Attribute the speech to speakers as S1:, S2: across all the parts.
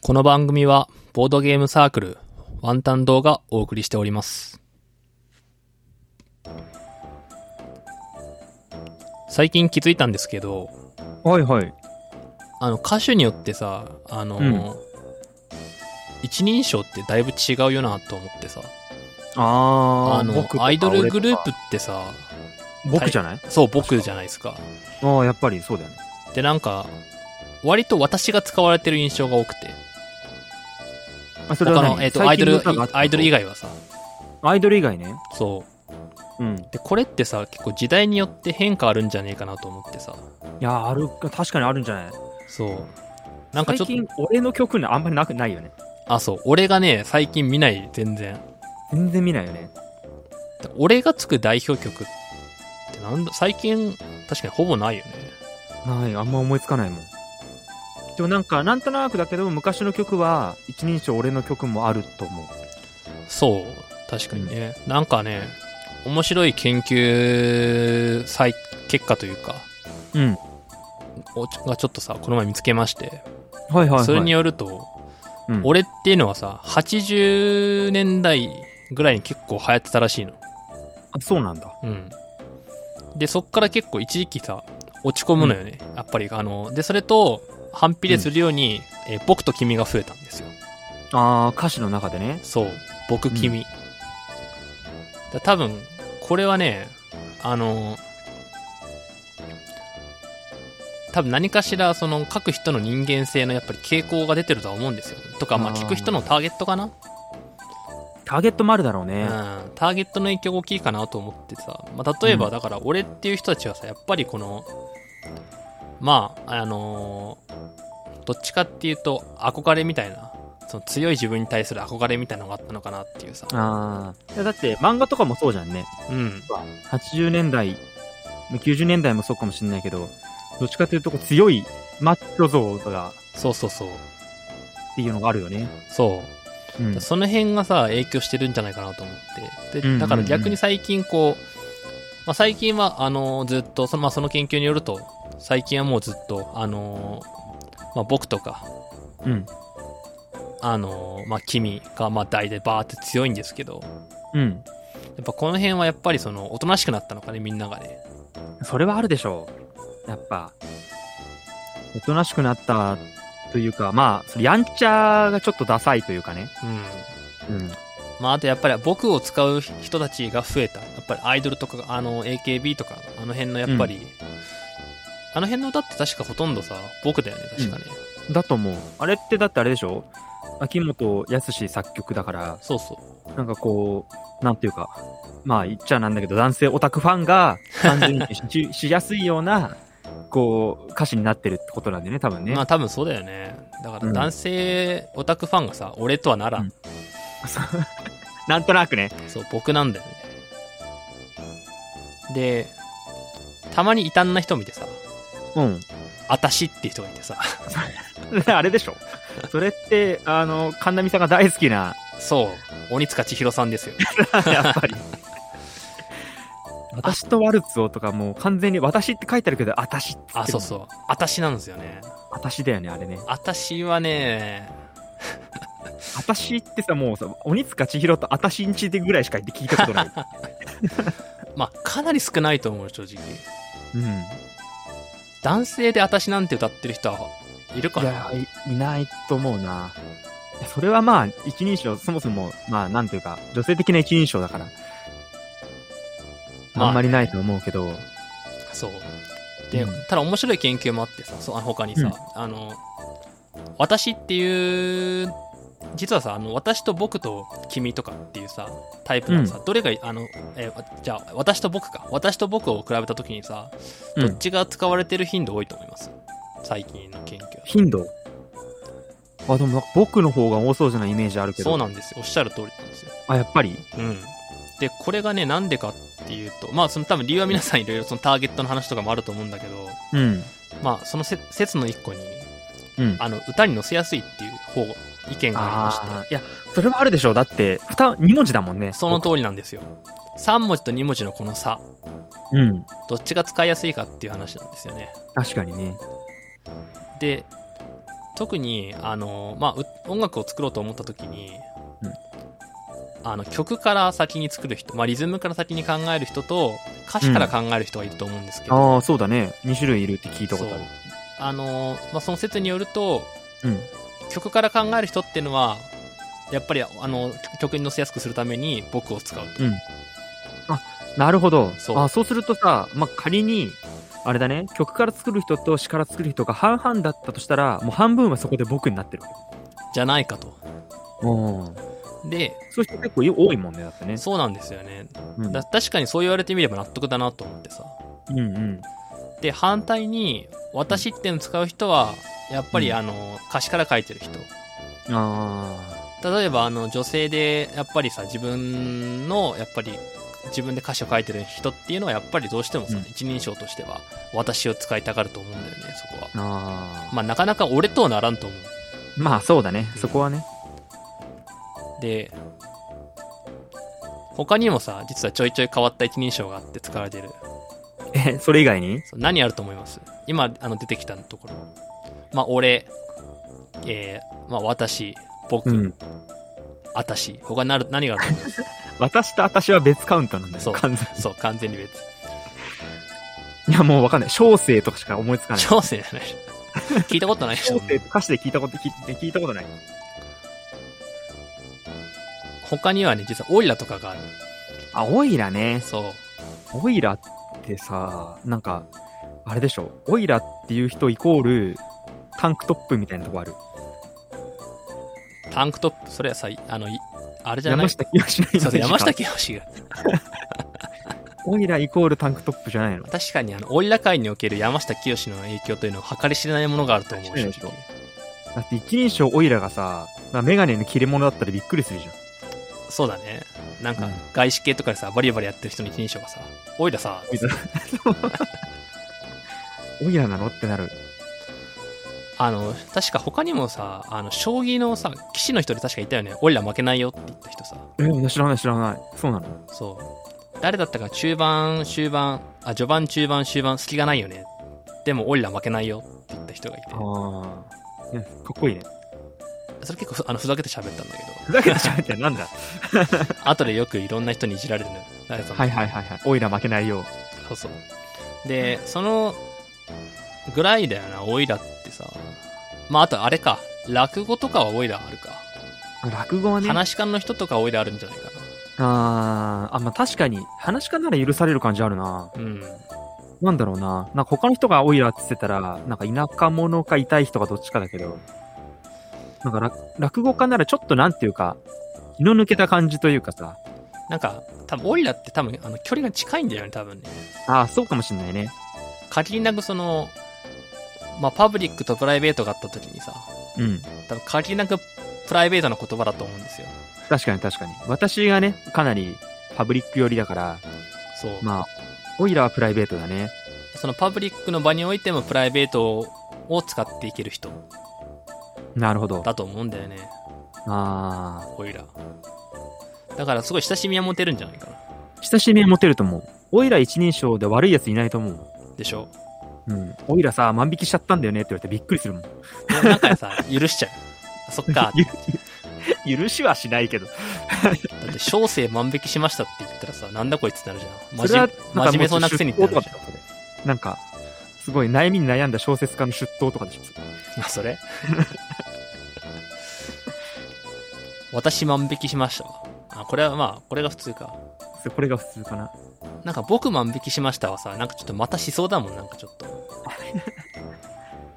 S1: この番組は、ボードゲームサークル、ワンタン堂がお送りしております。最近気づいたんですけど、
S2: はいはい。
S1: あの、歌手によってさ、あの、
S2: うん
S1: 一人称ってだいぶ違うよなと思ってさ、
S2: あー、
S1: あの
S2: 僕、とか
S1: アイドルグルー
S2: 俺
S1: プってさ、
S2: とか僕じゃない、
S1: そう、僕じゃないですか。
S2: ああ、やっぱりそうだよね。
S1: で、なんか、割と私が使われてる印象が多くて、
S2: あ、それ
S1: 他
S2: は
S1: の、
S2: 何
S1: えっ、と、アイドル、アイドル以。
S2: 最近の歌があった
S1: 外はさ、
S2: のアイドル以外ね。
S1: そう、
S2: うん。い
S1: でこれってさ結構時代によって変化あるんじゃねえかなと思ってさ
S2: やー、ある、確かにあるんじゃない
S1: そうなんかちょっと
S2: 最近、俺の曲ね、あんまりなくないよね。
S1: あそう俺がね最近見ない全然
S2: 全然見ないよね。
S1: 俺がつく代表曲ってなんだ最近確かにほぼないよね
S2: ない、あんま思いつかないもん。でもなんか、なんとなくだけど、昔の曲は、一人称俺の曲もあると思う。
S1: そう確かにね、なんかね面白い研究再結果というか
S2: うん。
S1: をちがちょっとさこの前見つけまして
S2: はいはい、はい。
S1: それに、よると、
S2: うん、
S1: 俺っていうのはさ80年代ぐらいに結構流行ってたらしいの
S2: あ、そうなんだ。
S1: うん。で、そっから結構一時期さ、落ち込むのよね。やっぱり、あの、で、それと、反比例するように、えー僕と君が増えたんですよ。
S2: あー、歌詞の中でね。
S1: そう。僕、君。だ多分、これはね、あの、多分何かしら、その、各人の人間性のやっぱり傾向が出てるとは思うんですよ。とか、まあ、
S2: あー
S1: 聞く人のターゲットかな
S2: ターゲットもあるだろうね。
S1: うん、ターゲットの影響が大きいかなと思ってさ、まあ、例えばだから俺っていう人たちはさやっぱりこのまああのーどっちかっていうと憧れみたいなその強い自分に対する憧れみたいなのがあったのかなっていうさ
S2: ああ。いやだって漫画とかもそうじゃんね。
S1: うん
S2: 80年代、90年代もそうかもしれないけど、どっちかというとこう強いマッチョ像が
S1: そうそうそう
S2: っていうのがあるよね。
S1: そう
S2: うん
S1: その辺がさ影響してるんじゃないかなと思って
S2: うんうん
S1: で
S2: うん
S1: だから逆に最近こう、まあ、最近はあのずっとその,、まあ、その研究によると最近はもうずっとあのまあ、僕とか
S2: うん。
S1: あのまあ君がまあ大でバーって強いんですけど
S2: う
S1: や
S2: ん。
S1: っぱこの辺はやっぱりそのおとなしくなったのかねみんながね
S2: それはあるでしょう。やっぱ。おとなしくなったというか、まあ、それやんちゃがちょっとダサいというかね。
S1: うん
S2: うん。
S1: まああとやっぱり僕を使う人たちが増えたやっぱりアイドルとかあの AKB とかあの辺のやっぱり、あの辺の歌って確かほとんどさ僕だよね確かね、
S2: だと思う。あれってだってあれでしょ秋元康作曲だから、
S1: そうそう
S2: なんかこう、なんていうか、まあ言っちゃなんだけど、男性オタクファン が完全にししやすいような、こう、歌詞になってるってことなんでね、多分ね。
S1: まあ多分そうだよねだから
S2: うん
S1: 男性オタクファンがさ俺とはならん、
S2: そうなんとなくね。
S1: そう僕なんだよねでたまに異端な人見てさ
S2: うん。
S1: あたしっていう人がいてさ
S2: あれでしょそれって、あの、神波さんが大好き な、
S1: そう鬼塚千尋さんですよ
S2: やっぱり。私とワルツをとかもう完全に私って書いてあるけど、あたしって言
S1: あ
S2: って
S1: そ
S2: る
S1: うそうあたしなんですよね
S2: あたしだよね、あれね。
S1: あたしはね
S2: あたしってさ、もうさ、鬼塚千尋とあたしんちでぐらいしか言って聞いたこと ない。
S1: まあかなり少ないと思う正直
S2: うん。
S1: 男性であたしなんて歌ってる人はいるか
S2: い
S1: な
S2: やい、いないと思うな。それはまあ、一人称、そもそも、まあ、なんていうか、女性的な一人称だから。
S1: まあ
S2: あんまりないと思うけど。
S1: そうで、
S2: うん
S1: ただ面白い研究もあってさそうあの他にさ、
S2: うん
S1: あの私っていう実はさあの私と僕と君とかっていうさタイプのさ、どれがあの、えわじゃあ私と僕か私と僕を比べた時にさどっちが使われてる頻度多いと思います、最近の研究だと
S2: 頻度あ、でも、僕の方が多そうじゃないイメージあるけど。
S1: そうなんですよおっしゃる通りなんですよ、
S2: あ、やっぱり
S1: うん、でこれがねなんでかっていうとまあその多分理由は皆さんいろいろそのターゲットの話とかもあると思うんだけど
S2: うん。
S1: まあそのせ説の一個に
S2: うん。
S1: あの歌に載せやすいっていう方意見がありま
S2: あ
S1: し
S2: ーいや、それはあるでしょう。だって、ふた、2文字だもんね。
S1: てその通りなんですよ3文字と2文字のこの差
S2: 僕うん。
S1: どっちが使いやすいかっていう話なんですよね
S2: 確かにね。
S1: で特にあの、まあう、音楽を作ろうと思った時に、
S2: うん
S1: あの曲から先に作る人、まあ、リズムから先に考える人と歌詞から考える人がいると思うんですけど、
S2: ああ、そうだね。2種類いるって聞いたことある。
S1: あの、まあ、その説によると
S2: うん。
S1: 曲から考える人っていうのはやっぱりあの曲に乗せやすくするために僕を使うと、
S2: うんなるほど。
S1: そう
S2: あそうするとさ、まあ、仮に、あれだね、曲から作る人と詩から作る人が半々だったとしたら、もう半分はそこで僕になってる。
S1: じゃないかと
S2: うん。
S1: で
S2: そういう人結構い多いもんね、だってね。
S1: そうなんですよね
S2: うん
S1: だ確かにそう言われてみれば納得だなと思ってさ
S2: うんうん。
S1: で反対に「私」っていうのを使う人はやっぱり
S2: うん
S1: あの歌詞から書いてる人
S2: あ
S1: 例えばあの女性でやっぱりさ自分のやっぱり自分で歌詞を書いてる人っていうのはやっぱりどうしてもさ、
S2: うん
S1: 一人称としては私を使いたがると思うんだよねそこは
S2: あ。ああ。
S1: まあなかなか俺とはならんと思う
S2: まあ、そうだね。そこはね。
S1: で他にもさ実はちょいちょい変わった一人称があって使われてる
S2: え、それ以外に
S1: そう何あると思います今あの出てきたところまあ俺えー、まあ私僕、
S2: うん。
S1: あたし他なる何がある と思います
S2: 私と私は別カウンターなんだ
S1: そう
S2: よ、完全
S1: そう完全に別
S2: に。いや、もうわかんない。小生とかしか思いつかない。
S1: 小生じゃない聞いたことないでし
S2: 小
S1: ょ
S2: 生と歌詞で聞いたこと、聞い聞いたことない。
S1: 他にはね実はオイラとかがある
S2: あ、オイラね。
S1: そう
S2: オイラってさ、なんか、あれでしょ。オイラっていう人イコール、タンクトップみたいなとこある。
S1: タンクトップそれはさあのいあれじゃな
S2: 山
S1: い
S2: 下清のイメージ
S1: そう
S2: か
S1: そう山下清が
S2: オイライコールタンクトップじゃないの。
S1: 確かにあのオイラ界における山下清の影響というのは計り知れないものがあると思う
S2: 確か
S1: 正
S2: に
S1: 直
S2: だって一人称オイラがさ、まあメガネの切れ物だったらびっくりするじゃん。
S1: そうだねなんか
S2: うん
S1: 外資系とかでさバリバリやってる人の一人称がさオイラさ
S2: オイラなのってなる。
S1: あの確か他にもさあの将棋のさ棋士の人で確かいたよねオイラ負けないよって言った人さ
S2: え知らない知らない。そうなの
S1: そう誰だったか中盤終盤あ序盤中盤終盤隙がないよねでもオイラ負けないよって言った人がいて
S2: ああ。いや、かっこいいね。
S1: それ結構あのふざけて喋ったんだけ
S2: ふざけて喋って なんだ
S1: ど後でよくいろんな人にいじられるのよ誰かの
S2: はいはいはいはい。オイラ負けないよう。
S1: そうそうでそのぐらいだよなオイラってさまああとあれか落語とかはオイラあるか、
S2: 落語はね。あ
S1: 話し家の人とかオイラあるんじゃないか
S2: あー、あ、まあ確かに、話し家なら許される感じあるな。
S1: なうん
S2: なんだろうな。なんか他の人がオイラって言ってたら、なんか田舎者か痛い人かどっちかだけど、なんか落落語家ならちょっとなんていうか、気の抜けた感じというかさ、
S1: なんか多分オイラって多分あの距離が近いんだよね多分ね
S2: ああ、そうかもしんないね。
S1: 限りなくその、まあ、パブリックとプライベートがあった時にさ、
S2: うん。
S1: 多分限りなくプライベートな言葉だと思うんですよ。
S2: 確かに確かに。私がね、かなりパブリック寄りだから、
S1: そう。
S2: まあ、オイラはプライベートだね。
S1: そのパブリックの場においてもプライベートを使っていける人
S2: なるほど。
S1: だと思うんだよね、
S2: あ
S1: オイラ。だからすごい親しみは持てるんじゃないかな。
S2: あ、親しみは持てると思う。オイラ一人称で悪いやついないと思う。
S1: でしょ
S2: うん。オイラさ、万引きしちゃったんだよねって言われてびっくりするもん。
S1: でなんか さ、許しちゃう。そっか。だ
S2: ゆ 許しはしないけど。
S1: って、小生万引きしましたって言ったらさ、なんだこいつってなるじゃん。
S2: それは
S1: 真面真面目そうなくせにってなるじ
S2: なんかもう出頭とかだよそれなんか、すごい悩みに悩んだ小説家の出頭とかでしょ。
S1: ゃん。あ、それ私万引きしましたわ。あ、これはまあ、これが普通か。
S2: それこれが普通かな。
S1: なんか僕万引きしましたはさ、なんかちょっとまたしそうだもん、なんかちょっと。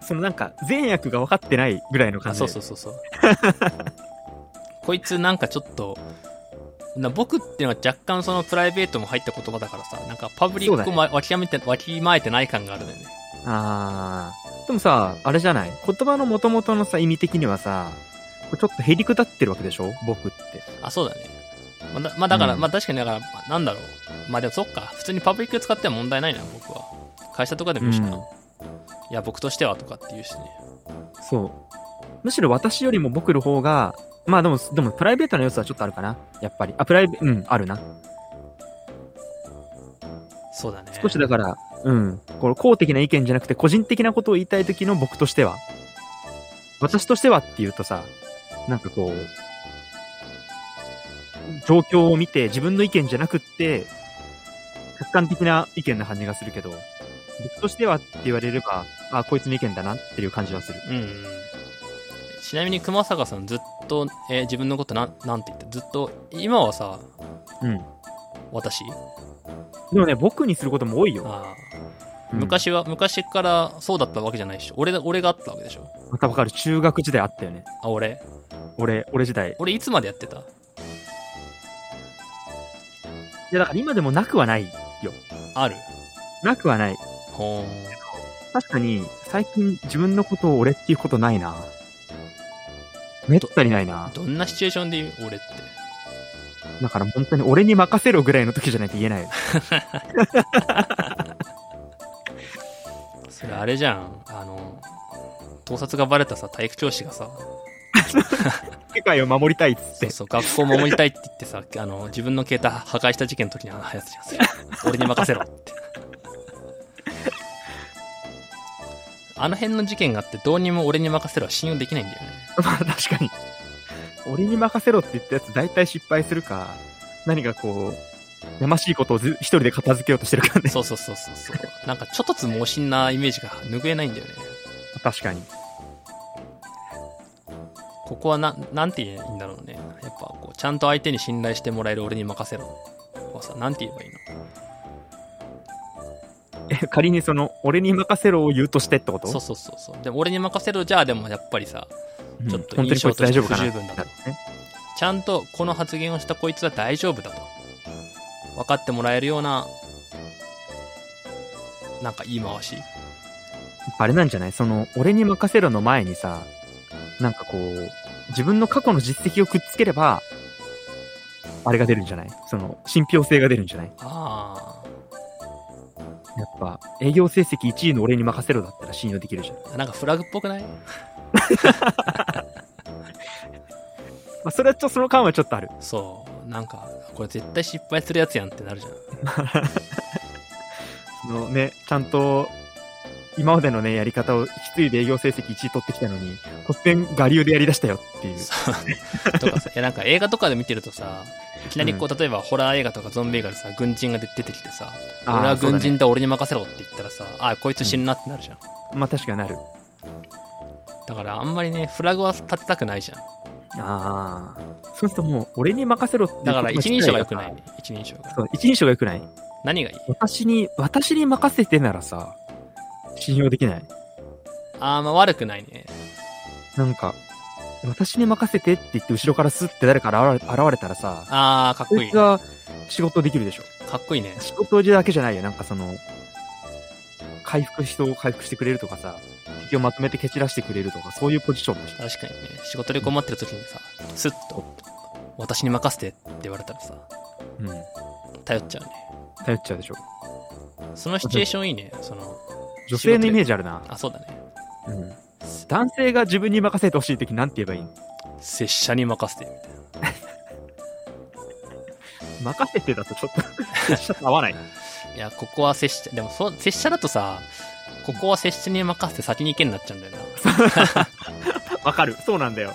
S2: そのなんか、善悪が分かってないぐらいの感
S1: あ
S2: じ。
S1: そうそうそうそう。こいつなんかちょっと、な僕っていうのは若干そのプライベートも入った言葉だからさ、なんかパブリックもわきめて、わきまえてない感があるんだよね。
S2: あー。でもさ、あれじゃない言葉の元々のさ、意味的にはさ、これちょっとへりくだってるわけでしょ僕って。
S1: あ、そうだね。まあだまあだから、
S2: うん
S1: まあ確かにだから、まあなんだろう。まあでもそっか、普通にパブリック使っては問題ないな、僕は。会社とかでもいいしな。
S2: うん
S1: いや、僕としてはとかって言うしね。
S2: そう。むしろ私よりも僕の方が、まあでも、でもプライベートな要素はちょっとあるかな。やっぱり。あ、プライベ、うん、あるな。
S1: そうだね。
S2: 少しだから、うん、この公的な意見じゃなくて個人的なことを言いたい時の僕としては、私としてはっていうとさ、なんかこう、状況を見て自分の意見じゃなくって、客観的な意見な感じがするけど、僕としてはって言われれば、あ、こいつの意見だなっていう感じはする。
S1: うん。ちなみに熊坂さんずっと、えー自分のことなん、なんて言って、ずっと、今はさ、
S2: うん。
S1: 私
S2: でもね、僕にすることも多いよ。
S1: あー
S2: うん、
S1: 昔は、昔からそうだったわけじゃないでしょ。俺だ、俺があったわけでしょ。
S2: またわかる。中学時代あったよね。
S1: あ、俺。
S2: 俺、俺時代。い
S1: 俺いつまでやってた
S2: や、だから今でもなくはない。
S1: ある
S2: なくはない。
S1: ほ
S2: 確かに、最近自分のことを俺っていうことないな。めったにないな
S1: ー。どんなシチュエーションで言う俺って。
S2: だから本当に俺に任せろぐらいの時じゃないと言えないよ。
S1: それあれじゃん。あの、盗撮がバレたさ、体育教師がさ、
S2: 世界を守りたいっつっ
S1: そ
S2: て
S1: う。そう、学校を守りたいって言ってさ、 あの、自分の携帯破壊した事件の時にあのやつじゃんそれ。 俺に任せろって。あの辺の事件があって、どうにも俺に任せろは信用できないんだよね。
S2: まあ確かに。俺に任せろって言ったやつ大体失敗するか、何かこう、やましいことをず一人で片付けようとしてるからね。
S1: そうそうそうそうそう。なんか、ちょっとつ盲信なイメージが拭えないんだよね。
S2: 確かに。
S1: ここはな、なんて言えばいいんだろうね。やっぱ、こう、ちゃんと相手に信頼してもらえる俺に任せろ。はさ、なんて言えばいいの
S2: え、仮にその、俺に任せろを言うとしてってこと
S1: そうそうそうそう。でも、俺に任せろじゃあ、でもやっぱりさ、
S2: うん
S1: ちょっと
S2: 本当にこいつ大丈夫かな
S1: 印象として不十分だと
S2: ね
S1: ちゃんとこの発言をしたこいつは大丈夫だと。分かってもらえるような、なんか言い回し。
S2: あれなんじゃないその、俺に任せろの前にさ、なんかこう、自分の過去の実績をくっつければ、あれが出るんじゃないその、信憑性が出るんじゃない
S1: あ
S2: やっぱ、営業成績1位の俺に任せろだったら信用できるじゃん。ま
S1: あ。なんかフラグっぽくない
S2: あ、それはちょっと、その感はちょっとある。
S1: そう。なんか、これ絶対失敗するやつやんってなるじゃん。
S2: そのね、ちゃんと、今までのね、やり方を引き継いで営業成績1位取ってきたのに、突然、我流でやりだしたよっていう。
S1: そう。とかさ、いやなんか映画とかで見てるとさ、いきなりこう、例えばホラー映画とかゾンビ映画でさ、軍人が出てきてさ、俺
S2: あ
S1: は
S2: ーそうだ
S1: 軍
S2: ね
S1: 人だ、俺に任せろって言ったらさ、あ、こいつ死ぬなってなるじゃん。
S2: まあ確かになる。
S1: だからあんまりね、フラグは立てたくないじゃん。
S2: ああ。そうするともう、俺に任せろっていう
S1: だから一人称が良くな
S2: 言葉自
S1: い。
S2: 体
S1: 一人称が
S2: が。そう、一人称が良くない。
S1: 何がいい
S2: 私に、私に任せてならさ、信用できない。
S1: あー、まあ悪くないね。
S2: なんか、私に任せてって言って後ろからスッて誰から現れ現れたらさ、
S1: あー、かっこ
S2: こ
S1: い
S2: い
S1: い。
S2: つ
S1: か
S2: は仕事できるでしょ。
S1: っこいいね。
S2: 仕事だけじゃないよ。なんかその、回復、人を回復してくれるとかさ、敵をまとめて蹴散らしてくれるとか、そういうポジションでしょ。
S1: 確かにね。仕事で困ってる時にさ、スッと、私に任せてって言われたらさ、
S2: うん。
S1: 頼っちゃうね。
S2: 頼っちゃうでしょ。
S1: そのシチュエーションいいね。その、
S2: 女性のイメージあるな。
S1: あ、そうだね。
S2: うん。男性が自分に任せてほしいときなんて言えばいいの
S1: 拙者に任せて、みたいな。
S2: 任せてだとちょっと拙者と合わない。
S1: いや、ここは拙者、でもそう、拙者だとさ、ここは拙者に任せて先に行けになっちゃうんだよ な。
S2: わかる。そうなんだよ。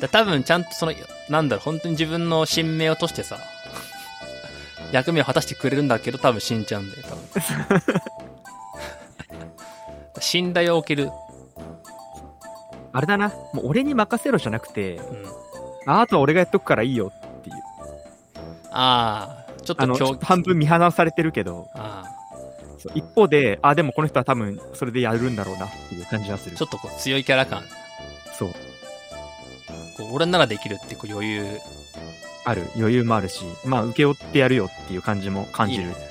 S1: だ多分ちゃんとその、なんだろう、本当に自分の信命をとしてさ、役目を果たしてくれるんだけど、多分死んじゃうんだよ、多分。 信頼を受ける。
S2: あれだな。もう俺に任せろじゃなくて、
S1: うん。
S2: ああとは俺がやっとくからいいよっていう。
S1: ああ、ちょっ
S2: あ
S1: と
S2: の、ちょっと半分見放されてるけど、
S1: あ
S2: そう一方で、あ、でもこの人は多分それでやるんだろうなっていう感じがす
S1: あ、
S2: る。
S1: ちょっとこう強いキャラ感。
S2: そう。
S1: こう俺ならできるってこう余裕。
S2: ある。余裕もあるし、まあ、受け負ってやるよっていう感じも感じる。
S1: いいね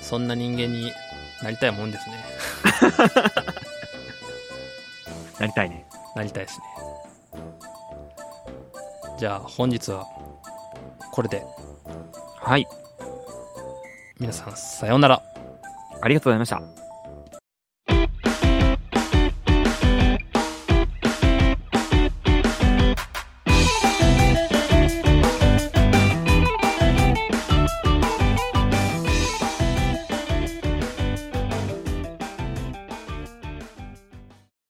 S1: そんな人間になりたいもんですね。
S2: なりたいね。
S1: なりたいですね。じゃあ本日はこれで
S2: はい。
S1: 皆さんさようなら。
S2: ありがとうございました。